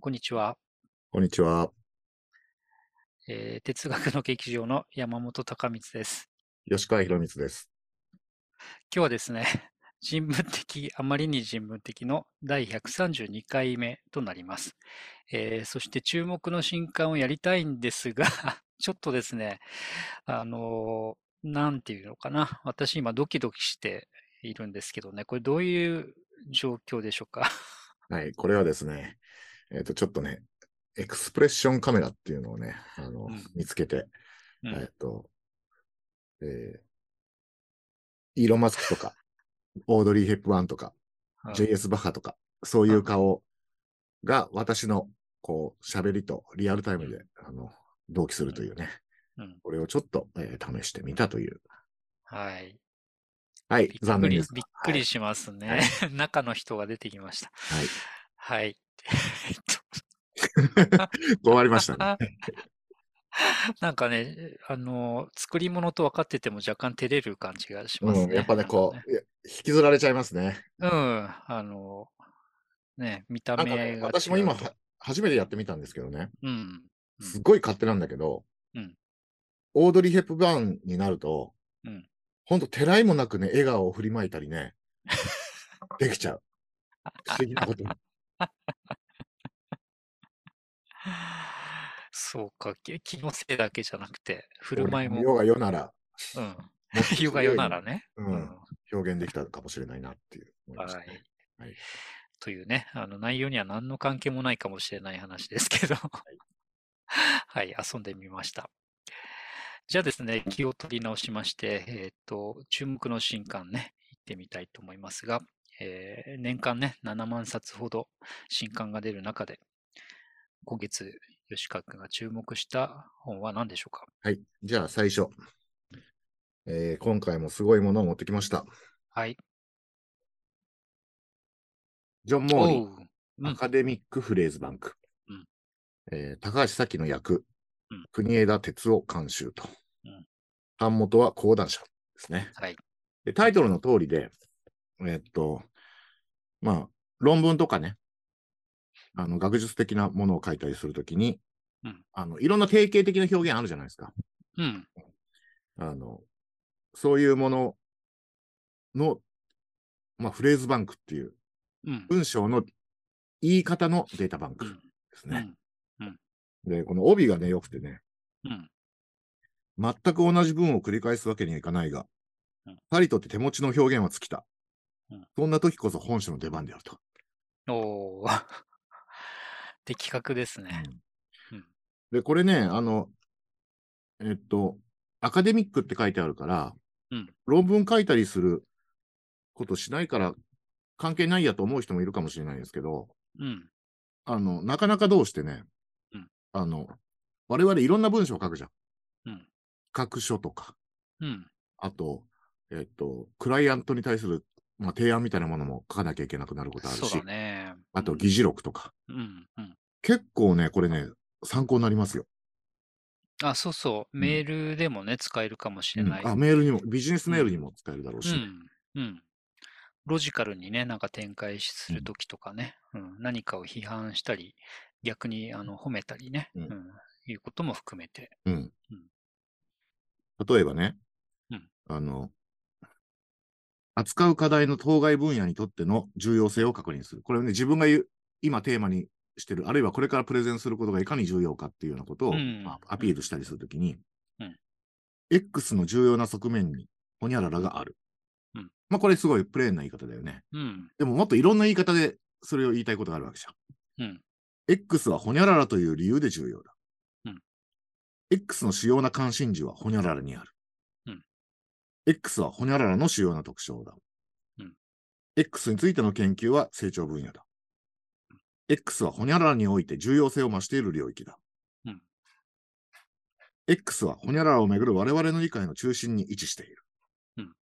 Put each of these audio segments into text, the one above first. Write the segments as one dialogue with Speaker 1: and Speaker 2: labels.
Speaker 1: こんにちは、
Speaker 2: こんにちは。
Speaker 1: えー哲学の劇場の山本隆光です。
Speaker 2: 吉川博光です。
Speaker 1: 今日はですね、 人文的、あまりに人文的の第132回目となります。えーそして注目の新刊をやりたいんですが、 ちょっとですね、あのーなんていうのかな、私今ドキドキしているんですけどね、これどういう状況でしょうか。
Speaker 2: はい、これはですね、えっ、と、ちょっとね、エクスプレッションカメラっていうのをね、あの、
Speaker 1: うん
Speaker 2: 見つけて、
Speaker 1: う
Speaker 2: えっ
Speaker 1: ん、
Speaker 2: と、えーイーロン・マスクとか、オードリー・ヘップワンとか、
Speaker 1: うん
Speaker 2: JS バッハとか、そういう顔が私の、こう、喋りとリアルタイムで、あの、同期するというね、
Speaker 1: うん
Speaker 2: これをちょっと、えー試してみたという。
Speaker 1: はい。
Speaker 2: はい
Speaker 1: びっ、
Speaker 2: 残
Speaker 1: く
Speaker 2: 念
Speaker 1: り
Speaker 2: ですが。
Speaker 1: びっくりしますね。 中の人が出てきました。
Speaker 2: はい。
Speaker 1: はい。 えっと
Speaker 2: はい、終わりましたね。
Speaker 1: なんかね、あの、作り物と分かってても若干照れる感じがしますね。
Speaker 2: うん、やっぱね、
Speaker 1: なんか
Speaker 2: こう、いや引きずられちゃいますね。
Speaker 1: うん、あの、ね、見た
Speaker 2: な
Speaker 1: 目
Speaker 2: ん
Speaker 1: が
Speaker 2: か
Speaker 1: 違う、と。
Speaker 2: ね私も今は、初めてやってみたんですけどね、
Speaker 1: うん、うん
Speaker 2: すごい勝手なんだけど、
Speaker 1: うん
Speaker 2: オードリー・ヘップバーンになると、
Speaker 1: うん
Speaker 2: ほんと、てらいもなくね、笑顔を振りまいたり ね、できちゃう。不思議なことに。
Speaker 1: そうか、き気のせいだけじゃなくて、振る舞いも、
Speaker 2: 世が世なら、
Speaker 1: うん、
Speaker 2: もっと強い
Speaker 1: ヨガヨならね、
Speaker 2: うん表現できたかもしれないなっていう思い
Speaker 1: は
Speaker 2: ましたね、
Speaker 1: い。
Speaker 2: はい
Speaker 1: というね、あの内容には何の関係もないかもしれない話ですけど、 はい、遊んでみました。じゃあですね、気を取り直しまして、えっと、注目の新刊ね、行ってみたいと思いますが、えー年間ね、7万冊ほど新刊が出る中で、今月、吉川君が注目した本は何でしょうか
Speaker 2: はい。じゃあ、最初、えー今回もすごいものを持ってきました。
Speaker 1: はい。
Speaker 2: ジョン・モーリー。
Speaker 1: おううん
Speaker 2: アカデミックフレーズバンク。
Speaker 1: うん
Speaker 2: えー高橋咲の役、
Speaker 1: うん
Speaker 2: 国枝哲夫監修と。
Speaker 1: うん
Speaker 2: 版元は講談社ですね。
Speaker 1: はい。
Speaker 2: でタイトルの通りで、えーっと、まあ、論文とかね、あの学術的なものを書いたりするときに、
Speaker 1: うん
Speaker 2: あの、いろんな定型的な表現あるじゃないですか。
Speaker 1: うん。
Speaker 2: あの、そういうものの、まあ、フレーズバンクっていう、
Speaker 1: うん。
Speaker 2: 文章の言い方のデータバンクです
Speaker 1: う
Speaker 2: ね。
Speaker 1: ん。
Speaker 2: で、この帯がね、良くてね、
Speaker 1: うん。
Speaker 2: 全く同じ文を繰り返すわけにはいかないが
Speaker 1: うん、
Speaker 2: パリとって手持ちの表現は尽きた
Speaker 1: うん。
Speaker 2: そんな時こそ本書の出番であると。
Speaker 1: おー。 的確ですね。うん
Speaker 2: で、これね、あの、えっと、アカデミックって書いてあるから、
Speaker 1: うん
Speaker 2: 論文書いたりすることしないから関係ないやと思う人もいるかもしれないですけど、
Speaker 1: うん。
Speaker 2: あの、なかなかどうしてね、
Speaker 1: うん
Speaker 2: あの、我々いろんな文章を書くじゃん。
Speaker 1: うん
Speaker 2: 各書とか。
Speaker 1: うん。
Speaker 2: あと、えっと、クライアントに対する、まあ、提案みたいなものも書かなきゃいけなくなることある
Speaker 1: そう
Speaker 2: し、
Speaker 1: だね。
Speaker 2: あと
Speaker 1: うん
Speaker 2: 議事録とか。
Speaker 1: うん。うん。
Speaker 2: 結構ね、これね、参考になりますよ。
Speaker 1: あ、そうそう。
Speaker 2: ん
Speaker 1: メールでもね、使えるかもし
Speaker 2: う
Speaker 1: れ
Speaker 2: ん
Speaker 1: ない。
Speaker 2: あ、メールにも、ビジネスメールにも使えるだろう
Speaker 1: う
Speaker 2: し。
Speaker 1: ん。うん。ロジカルにね、なんか展開す
Speaker 2: う
Speaker 1: る
Speaker 2: ん
Speaker 1: ときとかね、うん、何かを批判したり、逆にあの褒めたりね、う
Speaker 2: うんん
Speaker 1: いうことも含めて。
Speaker 2: うん
Speaker 1: うん
Speaker 2: 例えばね、
Speaker 1: うん
Speaker 2: あの、扱う課題の当該分野にとっての重要性を確認する。これはね、自分が言う今テーマにしてる、あるいはこれからプレゼンすることがいかに重要かっていうようなことを、
Speaker 1: うん
Speaker 2: まあアピールしたりするときに、
Speaker 1: うん
Speaker 2: X の重要な側面に、ほにゃららがある。
Speaker 1: うん
Speaker 2: まあ、これすごいプレーンな言い方だよね。
Speaker 1: うん。
Speaker 2: でももっといろんな言い方でそれを言いたいことがあるわけじゃん。
Speaker 1: うん。
Speaker 2: X はホニャララという理由で重要だ。
Speaker 1: うん
Speaker 2: X の主要な関心事はホニャララにある。
Speaker 1: うん、
Speaker 2: X はホニャララの主要な特徴だ。
Speaker 1: うん
Speaker 2: X についての研究は成長分野だ。X はホニャララにおいて重要性を増している領域だ。
Speaker 1: うん、
Speaker 2: X はホニャララをめぐる我々の理解の中心に位置している。
Speaker 1: うん、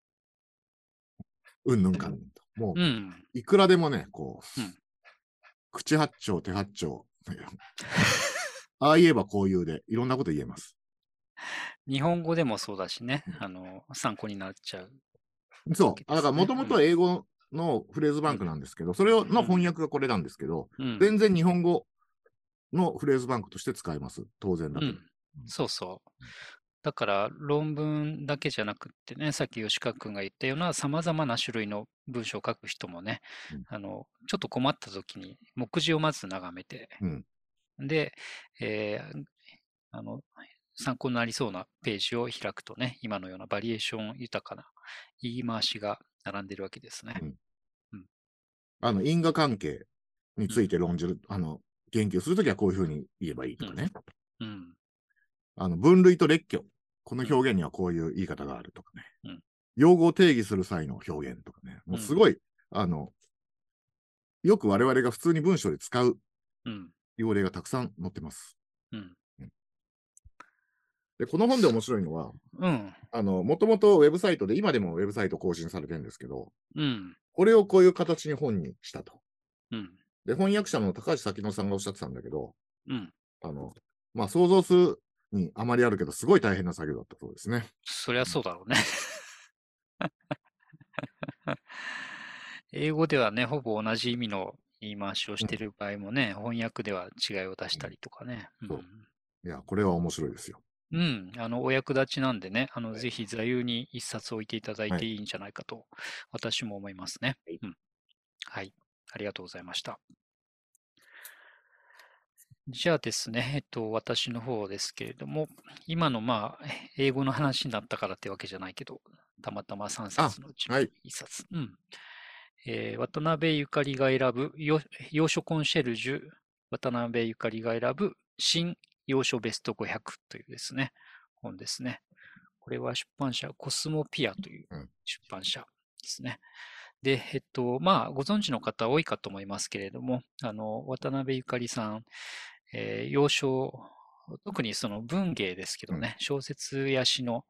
Speaker 2: うんぬんかんぬんと。もう
Speaker 1: うん。
Speaker 2: いくらでもね、こう、
Speaker 1: うん
Speaker 2: 口八丁、手八丁、 ああ言えばこう言うで、いろんなこと言えます。
Speaker 1: 日本語でもそうだしね
Speaker 2: う、ん
Speaker 1: あの、参考になっちゃう。
Speaker 2: そ
Speaker 1: わけですね
Speaker 2: う。あだから、もともと英語のフレーズバンクなんですけど、それをの翻訳がこれなんですけど、
Speaker 1: うん。
Speaker 2: 全然日本語のフレーズバンクとして使えます。当然だ
Speaker 1: う
Speaker 2: と。
Speaker 1: ん、そうそう。だから論文だけじゃなくってね、さっき吉川君が言ったようなさまざまな種類の文章を書く人もね、
Speaker 2: うん
Speaker 1: あのちょっと困った時に目次をまず眺めて、
Speaker 2: うん
Speaker 1: で、えーあの参考になりそうなページを開くとね、今のようなバリエーション豊かな言い回しが並んでるわけですね。
Speaker 2: あの、因果関係について論じる、あの、言及するときはこういうふうに言えばいいとかね。
Speaker 1: うん、
Speaker 2: あの、分類と列挙。この表現にはこういう言い方があるとかね。
Speaker 1: うん
Speaker 2: 用語を定義する際の表現とかね。もうすごい、あの、よく我々が普通に文章で使う
Speaker 1: うん、
Speaker 2: 用例がたくさん載ってます。
Speaker 1: うん、
Speaker 2: で、この本で面白いのは、
Speaker 1: うん、
Speaker 2: あの、もともとウェブサイトで、今でもウェブサイト更新されてるんですけど、
Speaker 1: うん、
Speaker 2: これをこういう形に本にしたと。
Speaker 1: うん、
Speaker 2: で、翻訳者の高橋咲乃さんがおっしゃってたんだけど、
Speaker 1: うん。
Speaker 2: あの、まあ、想像するにあまりあるけど、すごい大変な作業だったそうですね。
Speaker 1: そりゃそうだろうね。英語ではね、ほぼ同じ意味の言い回しをしてる場合もね、翻訳では違いを出したりとかね。う
Speaker 2: そうんいや、これは面白いですよ。
Speaker 1: うん、あのお役立ちなんでね、あの
Speaker 2: はい
Speaker 1: ぜひ座右に一冊置いていただい
Speaker 2: はい
Speaker 1: ていいんじゃないかと、私も思いますね、
Speaker 2: はい
Speaker 1: うん。はい、ありがとうございました。じゃあですね、えっと、私の方ですけれども、今のまあ、英語の話になったからってわけじゃないけど、たまたま3冊のうちの
Speaker 2: はい
Speaker 1: 1冊。うんえー渡辺ゆかりが選ぶよ洋書コンシェルジュ、渡辺ゆかりが選ぶ新洋書ベスト500というですね、本ですね。これは出版社コスモピアという
Speaker 2: うん
Speaker 1: 出版社ですね。で、えっと、まあ、ご存知の方多いかと思いますけれども、あの、渡辺ゆかりさん、えー、幼少、特にその文芸ですけどね、小説や詩の、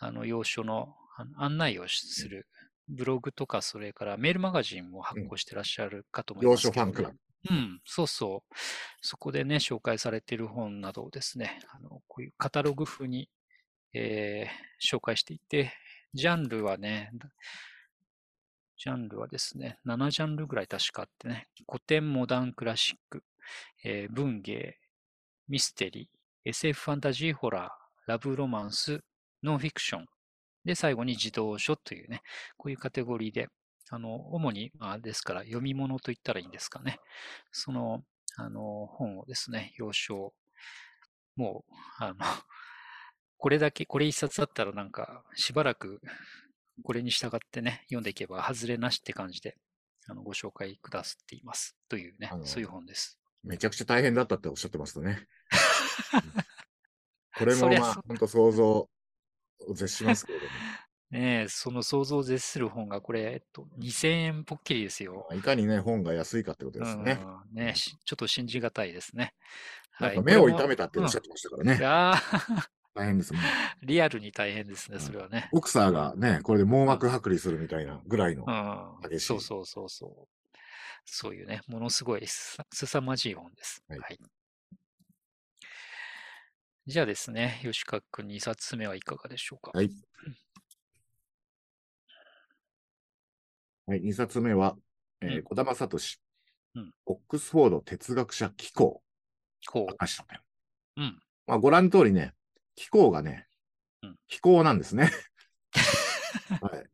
Speaker 1: あの、要所のあの案内をしするブログとか、それからメールマガジンも発行してらっしゃるかと思い
Speaker 2: 要
Speaker 1: ます
Speaker 2: 所
Speaker 1: け
Speaker 2: フ
Speaker 1: ど、
Speaker 2: ァンクラブ。
Speaker 1: うん、そうそう。そこでね、紹介されている本などをですね、あのこういうカタログ風に、えー紹介していて、ジャンルはね、ジャンルはですね、7ジャンルぐらい確かあってね、古典、モダン、クラシック、えー文芸、ミステリー、SF ファンタジー、ホラー、ラブロマンス、ノンフィクション、で、最後に児童書というね、こういうカテゴリーで、あの、主に、まあ、ですから、読み物と言ったらいいんですかね。その、あの、本をですね、要所、もう、あの、 これだけ、これ一冊だったらなんか、しばらく、これに従ってね、読んでいけば、外れなしって感じで、あの、ご紹介くださっています。というね
Speaker 2: あ、の
Speaker 1: そういう本です。
Speaker 2: めちゃくちゃ大変だったっておっしゃってました ね。これ
Speaker 1: そ
Speaker 2: も
Speaker 1: りゃ
Speaker 2: ま
Speaker 1: そ
Speaker 2: あ、本当想像を絶します けれども
Speaker 1: ねえ、その想像を絶する本が、これ、えっと、2000円ぽっきりですよ。
Speaker 2: まあ、いかにね、本が安いかってことですよね。
Speaker 1: うんねしちょっと信じがたいですね。
Speaker 2: なんか目を痛
Speaker 1: た
Speaker 2: めたっておっしゃってましたからね。
Speaker 1: あ
Speaker 2: 大変ですね。
Speaker 1: ーリアルに大変ですね、
Speaker 2: うん
Speaker 1: それはね。
Speaker 2: ボクサーがね、これで網膜剥離するみたいなぐらいの。
Speaker 1: うん、
Speaker 2: 激しい
Speaker 1: そうそうそうそう。そういうね、ものすごいすさ凄まじい本です。
Speaker 2: はい
Speaker 1: じゃあですね、吉川君2冊目はいかがでしょうか。
Speaker 2: はいはい、2冊目は、えー
Speaker 1: うん
Speaker 2: 小玉聡、
Speaker 1: うん
Speaker 2: オックスフォード哲学者機構、
Speaker 1: こ
Speaker 2: 明石のペン
Speaker 1: う。うん。
Speaker 2: まあ、ご覧の通りね、機構がね
Speaker 1: うん、
Speaker 2: 機構なんで すね。はい。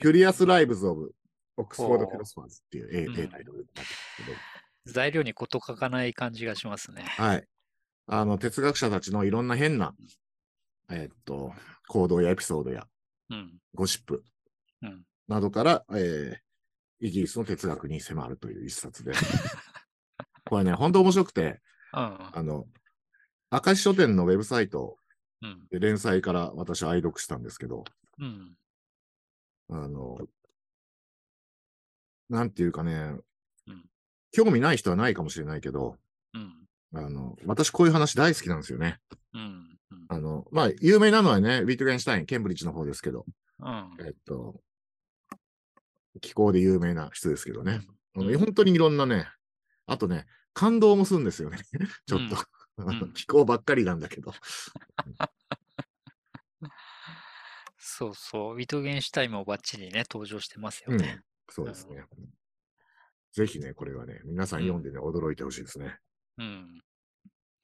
Speaker 2: キュリアス・ライブズ・オブ・オックスフォード・フィロソファーズっていう英
Speaker 1: うん
Speaker 2: 英タイトルだったんですけど、
Speaker 1: 材料に事欠かない感じがしますね。
Speaker 2: はい。あの、哲学者たちのいろんな変な、えーっと、行動やエピソードや
Speaker 1: うん。
Speaker 2: ゴシップ
Speaker 1: うん。
Speaker 2: などから、えーイギリスの哲学に迫るという一 冊で。これね、本当面白くて、
Speaker 1: うん。
Speaker 2: あの、明石書店のウェブサイト
Speaker 1: うん。
Speaker 2: で連載から私は愛読したんですけど、
Speaker 1: うん。
Speaker 2: あの、なんていうかね、
Speaker 1: うん
Speaker 2: 興味ない人はないかもしれないけど、
Speaker 1: うん。
Speaker 2: あの、私こういう話大好きなんですよね。
Speaker 1: うん。うん。
Speaker 2: あの、まあ、有名なのはね、ウィトゲンシュタイン、ケンブリッジの方ですけど、
Speaker 1: うん。
Speaker 2: えっと、気候で有名な人ですけどね。あの
Speaker 1: うん
Speaker 2: 本当にいろんなね、あとね、感動もするんですよね。 ちょっと。あの
Speaker 1: うん
Speaker 2: 気候ばっかりなんだけど。
Speaker 1: そうそう、ウィトゲンシュタインもバッチリね、登場してますよ
Speaker 2: うん
Speaker 1: ね。
Speaker 2: そうですね。ぜひね、これはね、皆さん読んでね、驚いてほしいですね。
Speaker 1: うん。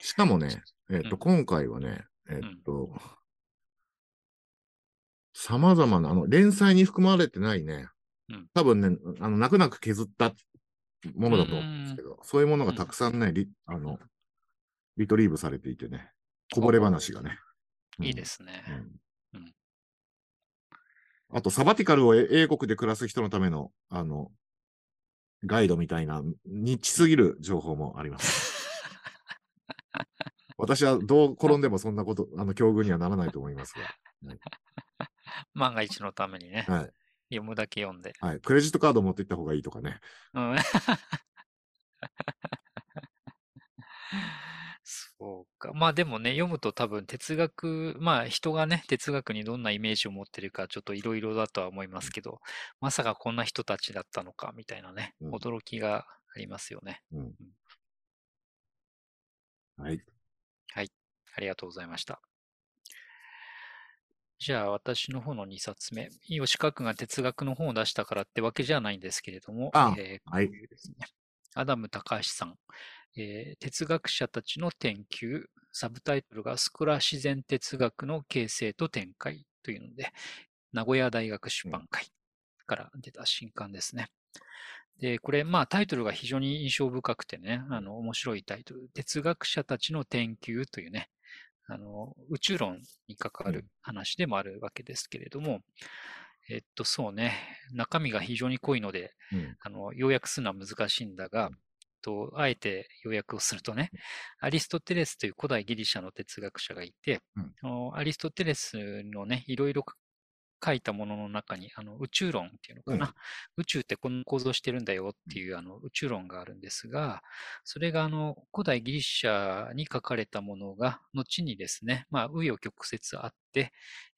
Speaker 2: しかもね、えっ、
Speaker 1: う
Speaker 2: と、
Speaker 1: ん
Speaker 2: 今回はね、えっ、と、様々な、あの、連載に含まれてないね
Speaker 1: うん、
Speaker 2: 多分ね、あの、泣く泣く削ったものだと思うんですけど、そういうものがたくさんね、リあの、リトリーブされていてね、こぼれ話がね。。
Speaker 1: いいですす
Speaker 2: う
Speaker 1: ね。
Speaker 2: ん
Speaker 1: うん
Speaker 2: あと、サバティカルを英英国で暮らす人のための、あの、ガイドみたいな、ニッチすぎる情報もあります。私はどう転んでもそんなこと、あの、境遇にはならないと思います
Speaker 1: 万が一のためにね、
Speaker 2: が。はい。
Speaker 1: 読むだけ読んで。
Speaker 2: はい。クレジットカード持って行った方がいいとかね。
Speaker 1: うんそうか。まあでもね、読むと多分哲学、まあ人がね、哲学にどんなイメージを持ってるか、ちょっといろいろだとは思いますけど、まさかこんな人たちだったのか、みたいなね、
Speaker 2: うん
Speaker 1: 驚きがありますよね。
Speaker 2: うん。はい。
Speaker 1: ありがとうございました。じゃあ、私の方の2冊目。吉川君が哲学の本を出したからってわけじゃないんですけれども、
Speaker 2: あ
Speaker 1: えー
Speaker 2: はい。
Speaker 1: アダム・高橋さん、えー哲学者たちの研究、サブタイトルがスクラ自然哲学の形成と展開というので、名古屋大学出版会から出た新刊ですね。で、これ、まあタイトルが非常に印象深くてね、あの、面白いタイトル、哲学者たちの研究というね、あの、宇宙論に関わ
Speaker 2: う
Speaker 1: る話でもあるわけですけれども、えっと、そうね、中身が非常に濃いので、
Speaker 2: うん。
Speaker 1: あの、要約するのは難しいんだが、と、あえて要約をするとね、アリストテレスという古代ギリシャの哲学者がいて、
Speaker 2: うん
Speaker 1: あのアリストテレスのね、いろいろ書いたものの中に、あの、宇宙論っていうのかな、宇宙ってこんな構造してるんだよっていう、あの、宇宙論があるんですが、それが、あの、古代ギリシャに書かれたものが、後にですね、まあ、紆余曲折あって、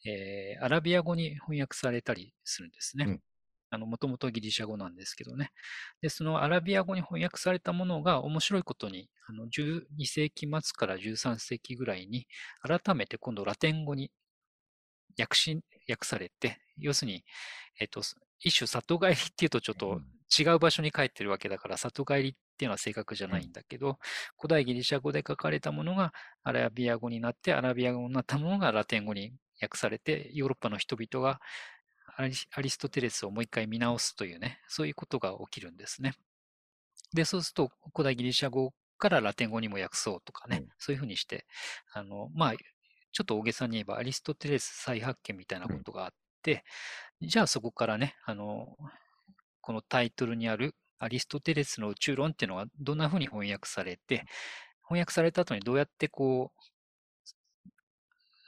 Speaker 1: えーアラビア語に翻訳されたりするんですね。
Speaker 2: うん
Speaker 1: あの、もともとギリシャ語なんですけどね。で、そのアラビア語に翻訳されたものが面白いことに、あの12世紀末から13世紀ぐらいに、改めて今度ラテン語に訳し、訳されて、要するに、えっ、と、す一種里帰りっていうとちょっと違う場所に帰ってるわけだから、里帰りっていうのは正確じゃないんだけど、古代ギリシャ語で書かれたものがアラビア語になって、アラビア語になったものがラテン語に訳されて、ヨーロッパの人々がアリアリストテレスをもう一回見直すというね、そういうことが起きるんですね。で、そうすると、古代ギリシャ語からラテン語にも訳そうとかね、
Speaker 2: うん
Speaker 1: そういうふうにして、あの、まあ、ちょっと大げさに言えば、アリストテレス再発見みたいな
Speaker 2: う
Speaker 1: こ
Speaker 2: ん
Speaker 1: とがあって、じゃあそこからね、あの、このタイトルにあるアリストテレスの宇宙論っていうのはどんなふうに翻訳されて、翻訳された後にどうやってこう、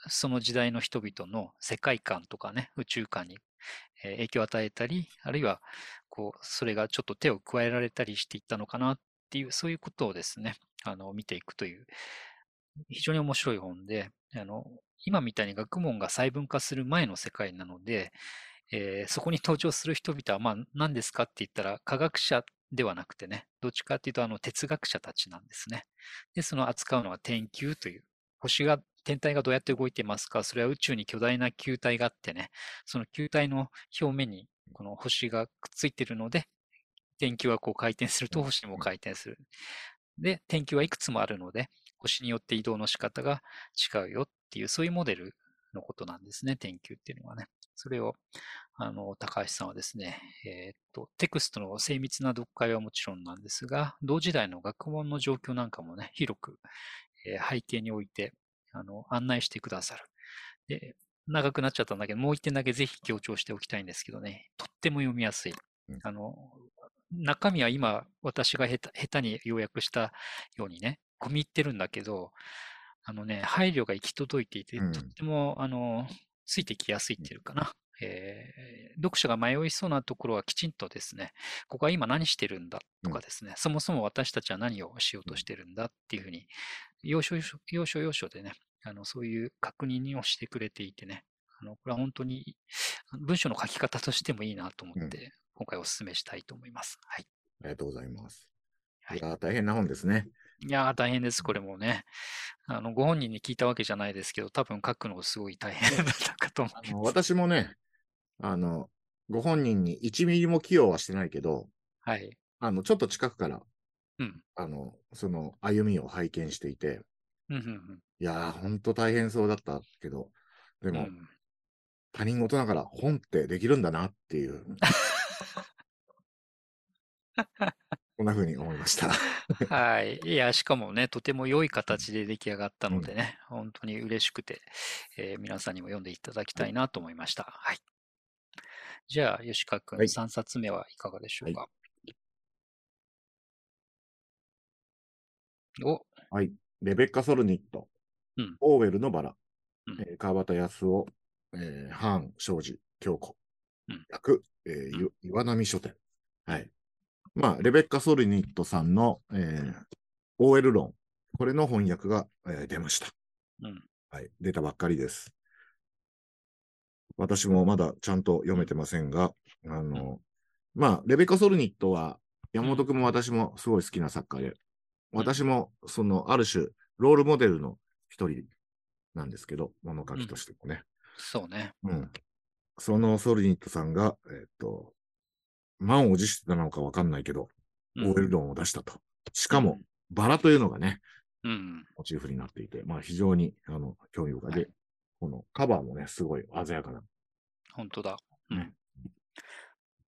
Speaker 1: その時代の人々の世界観とかね、宇宙観にえー影響を与えたり、あるいはこう、それがちょっと手を加えられたりしていったのかなっていう、そういうことをですね、あの、見ていくという、非常に面白い本で、あの、今みたいに学問が細分化する前の世界なので、えーそこに登場する人々は、まあ、何ですかって言ったら、科学者ではなくてね、どっちかっていうと、あの、哲学者たちなんですね。で、その扱うのは天球という、星が、天体がどうやって動いてますかそれは宇宙に巨大な球体があってね、その球体の表面にこの星がくっついてるので、天球はこう回転すると
Speaker 2: うん
Speaker 1: 星も
Speaker 2: うん
Speaker 1: 回転する。で、天球はいくつもあるので、星によって移動の仕方が違うよっていう、そういうモデルのことなんですね、天球っていうのはね。それを、あの、高橋さんはですね、えーっと、テクストの精密な読解はもちろんなんですが、同時代の学問の状況なんかもね、広く、えー背景において、あの、案内してくださる。で、長くなっちゃったんだけど、もう一点だけぜひ強調しておきたいんですけどね、とっても読みやすい
Speaker 2: うん。
Speaker 1: あの、中身は今、私が下手下手に要約したようにね、込み入ってるんだけど、あのね、配慮が行き届いていて、
Speaker 2: うん
Speaker 1: とっても、あの、ついてきやすいっていうかな。えー読者が迷いそうなところはきちんとですね、ここは今何してるんだとかですね、そもそも私たちは何をしようとしてるんだっていうふうに、要所要所要所要所でね、あのそういう確認をしてくれていてね、あのこれは本当にあの文章の書き方としてもいいなと思
Speaker 2: うん
Speaker 1: って、今回お勧めしたいと思います。はい。
Speaker 2: ありがとうございます。
Speaker 1: はい
Speaker 2: いやー、大変な本ですね。
Speaker 1: いやー、大変です、これもね。あの、ご本人に聞いたわけじゃないですけど、多分書くのすごい大変だったかと思
Speaker 2: あ
Speaker 1: い
Speaker 2: の
Speaker 1: ます。
Speaker 2: 私もね、あの、ご本人に1ミリも寄与はしてないけど、
Speaker 1: はい。
Speaker 2: あの、ちょっと近くから
Speaker 1: うん
Speaker 2: あの、その歩みを拝見していて、
Speaker 1: うんうん
Speaker 2: いやー、ほんと大変そうだったけど、で
Speaker 1: うんう
Speaker 2: も、
Speaker 1: ん
Speaker 2: 他人事ながら本ってできるんだなっ ていう。こんな風に思いました。
Speaker 1: はい。いや、しかもね、とても良い形で出来上がったのでね、本当に嬉しくて、えー皆さんにも読んでいただきたいなと思いました。はい。じゃあ、吉川君、
Speaker 2: はい
Speaker 1: 3冊目はいかがでしょうか。お、
Speaker 2: レベッカ・ソルニット、
Speaker 1: うん
Speaker 2: オーウェルのバラ、
Speaker 1: うん
Speaker 2: えー川端康夫、えーハーン・庄司、京子
Speaker 1: うん、
Speaker 2: 役、えーい岩波書店。はい。まあ、レベッカ・ソルニットさんの、えー、OL 論、これの翻訳が、えー出ました。
Speaker 1: うん。
Speaker 2: はい、出たばっかりです。私もまだちゃんと読めてませんが、あの、まあ、レベッカ・ソルニットは、山本君も私もすごい好きな作家で、私も、その、ある種、ロールモデルの一人なんですけど、物書きとしてもね。
Speaker 1: そうね。
Speaker 2: うん。そのソルニットさんが、えっと、満を持してたのかわかんないけど、
Speaker 1: う
Speaker 2: OL
Speaker 1: ん。
Speaker 2: 論を出したと。しかも、バラというのがね、
Speaker 1: うん。
Speaker 2: モチーフになっていて、まあ非常にあの興味深いで、
Speaker 1: はい
Speaker 2: このカバーもね、すごい鮮やかな。
Speaker 1: 本当だ。うん
Speaker 2: ね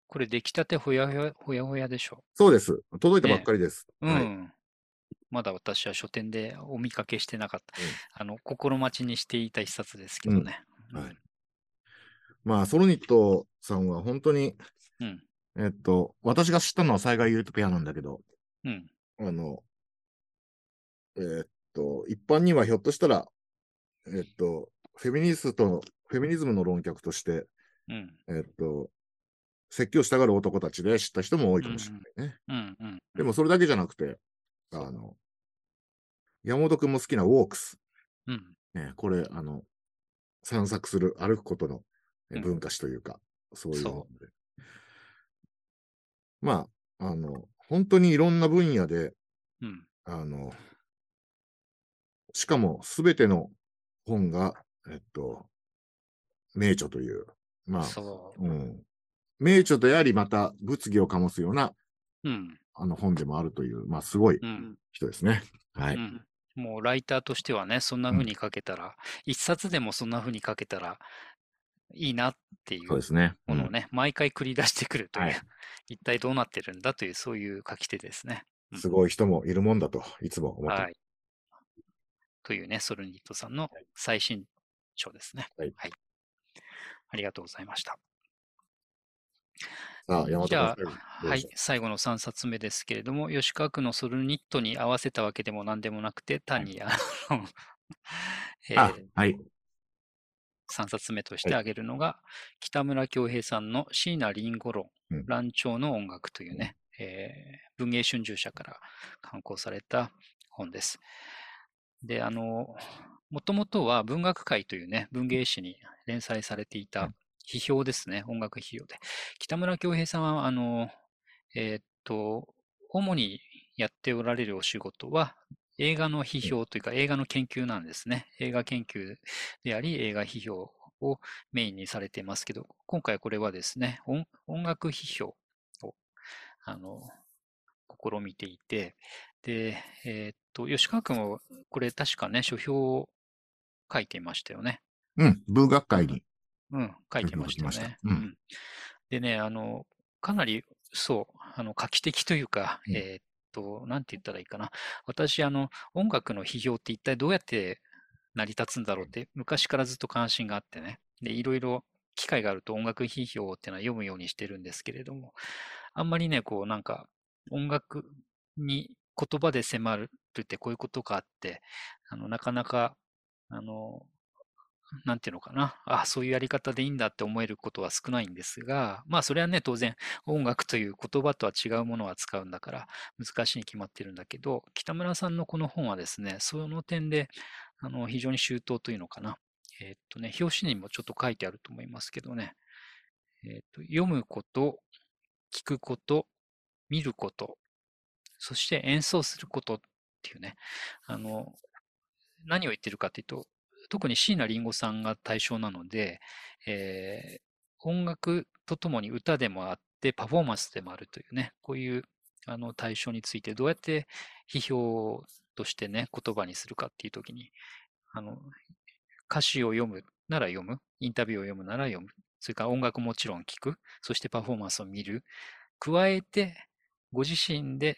Speaker 1: これ、出来たてほやほやほやほやでしょ。
Speaker 2: そうです。届いたばっかりです。
Speaker 1: うん。
Speaker 2: はい。
Speaker 1: まだ私は書店でお見かけしてなかった。
Speaker 2: うん
Speaker 1: あの、心待ちにしていた一冊ですけどね。
Speaker 2: うんは
Speaker 1: う
Speaker 2: い
Speaker 1: ん
Speaker 2: まあ、ソロニットさんは本当に、
Speaker 1: うん。
Speaker 2: えっと、私が知ったのは災害ユートピアなんだけど、
Speaker 1: うん。
Speaker 2: あの、えっと、一般にはひょっとしたら、えっと、フェミニスト、フェミニズムの論客として、
Speaker 1: うん。
Speaker 2: えっと、説教したがる男たちで知った人も多いかもしれないね。
Speaker 1: うん。うん。
Speaker 2: でもそれだけじゃなくて、あの、山本くんも好きなウォークス。
Speaker 1: うん。
Speaker 2: ね、これ、あの、散策する、歩くことのえ
Speaker 1: うん
Speaker 2: 文化史というか、そういう
Speaker 1: そ
Speaker 2: のでまあ、あの、本当にいろんな分野で、
Speaker 1: うん。
Speaker 2: あの、しかもすべての本が、えっと、名著という、まあ、
Speaker 1: そ
Speaker 2: うん、名著であり、また物議を醸すような、
Speaker 1: う。うん。
Speaker 2: あの本でもあるという、まあ、すごい
Speaker 1: うん。
Speaker 2: 人ですね。は
Speaker 1: う
Speaker 2: い。
Speaker 1: ん。もうライターとしてはね、そんな
Speaker 2: う
Speaker 1: 風
Speaker 2: ん
Speaker 1: に書けたら、一冊でもそんな風に書けたらいいなっていう
Speaker 2: そうですね。
Speaker 1: ものをね、毎回繰り出してくるという、
Speaker 2: はい
Speaker 1: 一体どうなってるんだという、そういう書き手ですね。う
Speaker 2: う
Speaker 1: んん
Speaker 2: すごい人もいるもんだと、いつも思って。
Speaker 1: はい。というね、ソルニットさんの最新章ですね。
Speaker 2: はい
Speaker 1: ありがとうございました。
Speaker 2: さあ、山
Speaker 1: じゃ
Speaker 2: 本
Speaker 1: あ、はい、最後の3冊目ですけれども、吉川区のソルニットに合わせたわけでも何でもなくて、単に、あの、 え
Speaker 2: あ
Speaker 1: ー、
Speaker 2: はい。
Speaker 1: 3冊目として挙げるのが、北村恭平さんの椎名林檎論
Speaker 2: うん、
Speaker 1: 乱調の音楽というね、えー文藝春秋社から刊行された本です。で、あの、もともとは文学界というね、文芸誌に連載されていうた批評ですね、音楽批評で。北村恭平さんは、あの、えーっと、主にやっておられるお仕事は、映画の批評というか、映画の研究なんですね。映画研究であり、映画批評をメインにされてますけど、今回これはですね、音音楽批評を、あの、試みていて、で、えーっと、吉川君もこれ確かね、書評を書いていましたよね。
Speaker 2: うん、文学会に。
Speaker 1: うん、書いてましたよ
Speaker 2: 書きまし
Speaker 1: ね
Speaker 2: た。うん
Speaker 1: うんでね、あの、かなり、そう、あの、画期的というか、
Speaker 2: うん
Speaker 1: えーっと、なんて言ったらいいかな。私、あの、音楽の批評って一体どうやって成り立つんだろうって、昔からずっと関心があってね。で、いろいろ機会があると音楽批評っていうのは読むようにしてるんですけれども、あんまりね、こう、なんか、音楽に言葉で迫るってこういうことかあって、あの、なかなか、あの、なんていうのかな、あそういうやり方でいいんだって思えることは少ないんですが、まあそれはね、当然音楽という言葉とは違うものを扱うんだから難しいに決まってるんだけど、北村さんのこの本はですね、その点であの非常に周到というのかな。えーっとね、表紙にもちょっと書いてあると思いますけどね、えーっと読むこと、聞くこと、見ること、そして演奏することっていうね、あの、何を言ってるかというと、特に椎名林檎さんが対象なので、えー音楽とともに歌でもあって、パフォーマンスでもあるというね、こういうあの対象についてどうやって批評としてね、言葉にするかっていう時に、あの、歌詞を読むなら読む、インタビューを読むなら読む、それから音楽もちろん聞く、そしてパフォーマンスを見る、加えて、ご自身で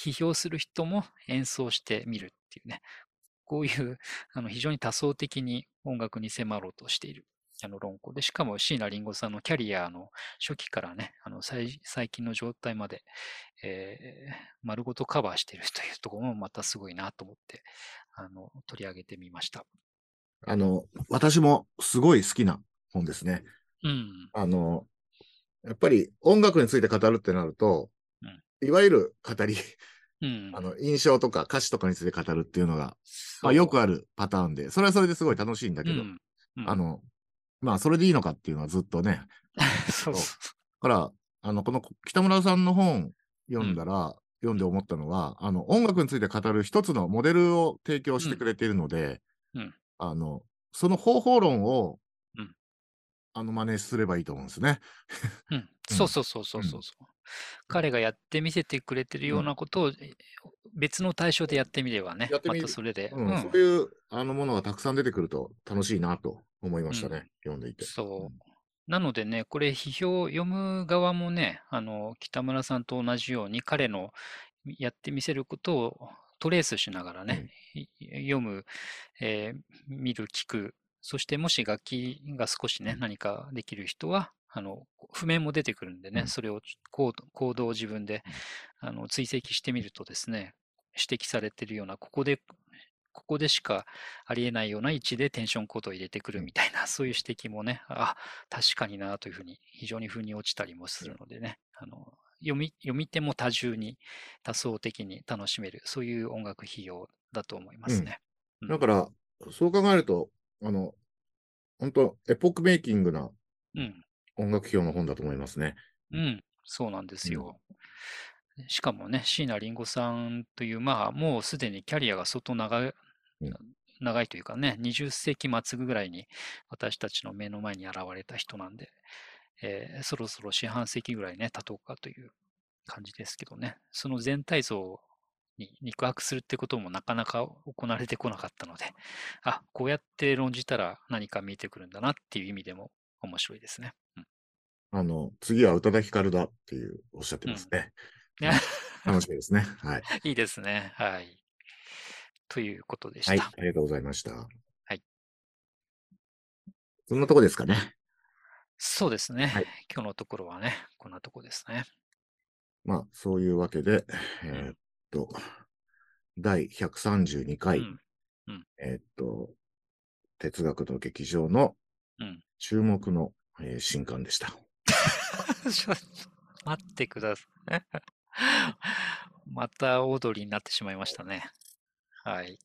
Speaker 1: 批評する人も演奏してみるっていうね、こういうあの非常に多層的に音楽に迫ろうとしているあの論考で、しかも椎名林檎さんのキャリアの初期からね、あの最最近の状態まで、えー丸ごとカバーしているというところもまたすごいなと思ってあの取り上げてみました。
Speaker 2: あの、私もすごい好きな本ですね。
Speaker 1: うん、
Speaker 2: あの、やっぱり音楽について語るってなると、
Speaker 1: うん
Speaker 2: いわゆる語り、
Speaker 1: うん、
Speaker 2: あの、印象とか歌詞とかについて語るっていうのが、ま
Speaker 1: そう
Speaker 2: あ、よくあるパターンで、それはそれですごい楽しいんだけど、
Speaker 1: うんうん
Speaker 2: あの、まあ、それでいいのかっていうのはずっとね、
Speaker 1: そうそう
Speaker 2: だから、あの、この北村さんの本読んだら、読んで思ったのは、あの、音楽について語る一つのモデルを提供してくれているので、
Speaker 1: うんうん
Speaker 2: あの、その方法論を、
Speaker 1: うん
Speaker 2: あの、真似すればいいと思うんですね。
Speaker 1: うん、そうそうそうそうそうそう。彼がやってみせてくれてるようなことをえ別の対象でやってみればね
Speaker 2: やっ、て
Speaker 1: ま
Speaker 2: みる
Speaker 1: たそれで。
Speaker 2: うん
Speaker 1: うん
Speaker 2: そういう、あの、ものがたくさん出てくると楽しいなと思いましたね。読んでいて。
Speaker 1: そうう。なのでね、これ、批評を読む側もね、あの、北村さんと同じように、彼のやってみせることをトレースしながらね、い読む、えー見る、聞く、そしてもし楽器が少しね、何かできる人は、あの、譜面も出てくるんでね、
Speaker 2: うん
Speaker 1: それを行動行動を自分で、あの、追跡してみるとですね、指摘されてるような、ここで、ここでしかありえないような位置でテンションコードを入れてくるみたいな、そういう指摘もね、あ、確かになというふうに、非常に腑に落ちたりもするのでね、あの読み読み手も多重に、多層的に楽しめる、そういう音楽費用だと思いますね。うん
Speaker 2: だから、そう考えると、あの、本当エポックメイキングな
Speaker 1: うん、
Speaker 2: 音楽表の本だと思いますね。
Speaker 1: うん、そうなんです
Speaker 2: うん
Speaker 1: よ。しかもね、椎名林檎さんという、まあ、もうすでにキャリアが相当長い、
Speaker 2: うん
Speaker 1: 長いというかね、20世紀末ぐらいに私たちの目の前に現れた人なんで、えーそろそろ四半世紀ぐらいね、経とうかという感じですけどね、その全体像に肉薄するってこともなかなか行われてこなかったので、あ、こうやって論じたら何か見えてくるんだなっていう意味でも面白いですね。うん
Speaker 2: あの、次は宇多田ヒカルだっていうおっしゃってますね。
Speaker 1: ね
Speaker 2: 楽しみですね。はい。
Speaker 1: いいですね。はい。ということでした。
Speaker 2: はい。ありがとうございました。
Speaker 1: はい。
Speaker 2: そんなとこですかね。
Speaker 1: そうですね、
Speaker 2: はい
Speaker 1: 今日のところはね、こんなとこですね。
Speaker 2: まあ、そういうわけで、えーっと、第132回、
Speaker 1: うん
Speaker 2: えーっと、哲学の劇場の
Speaker 1: うん
Speaker 2: 注目の、えー新刊でした。
Speaker 1: ちょっと待ってください。 またオードリーになってしまいましたね。はい。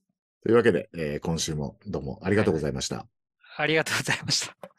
Speaker 2: というわけで、えー今週もどうもありがとうございました。
Speaker 1: ありがとうございました。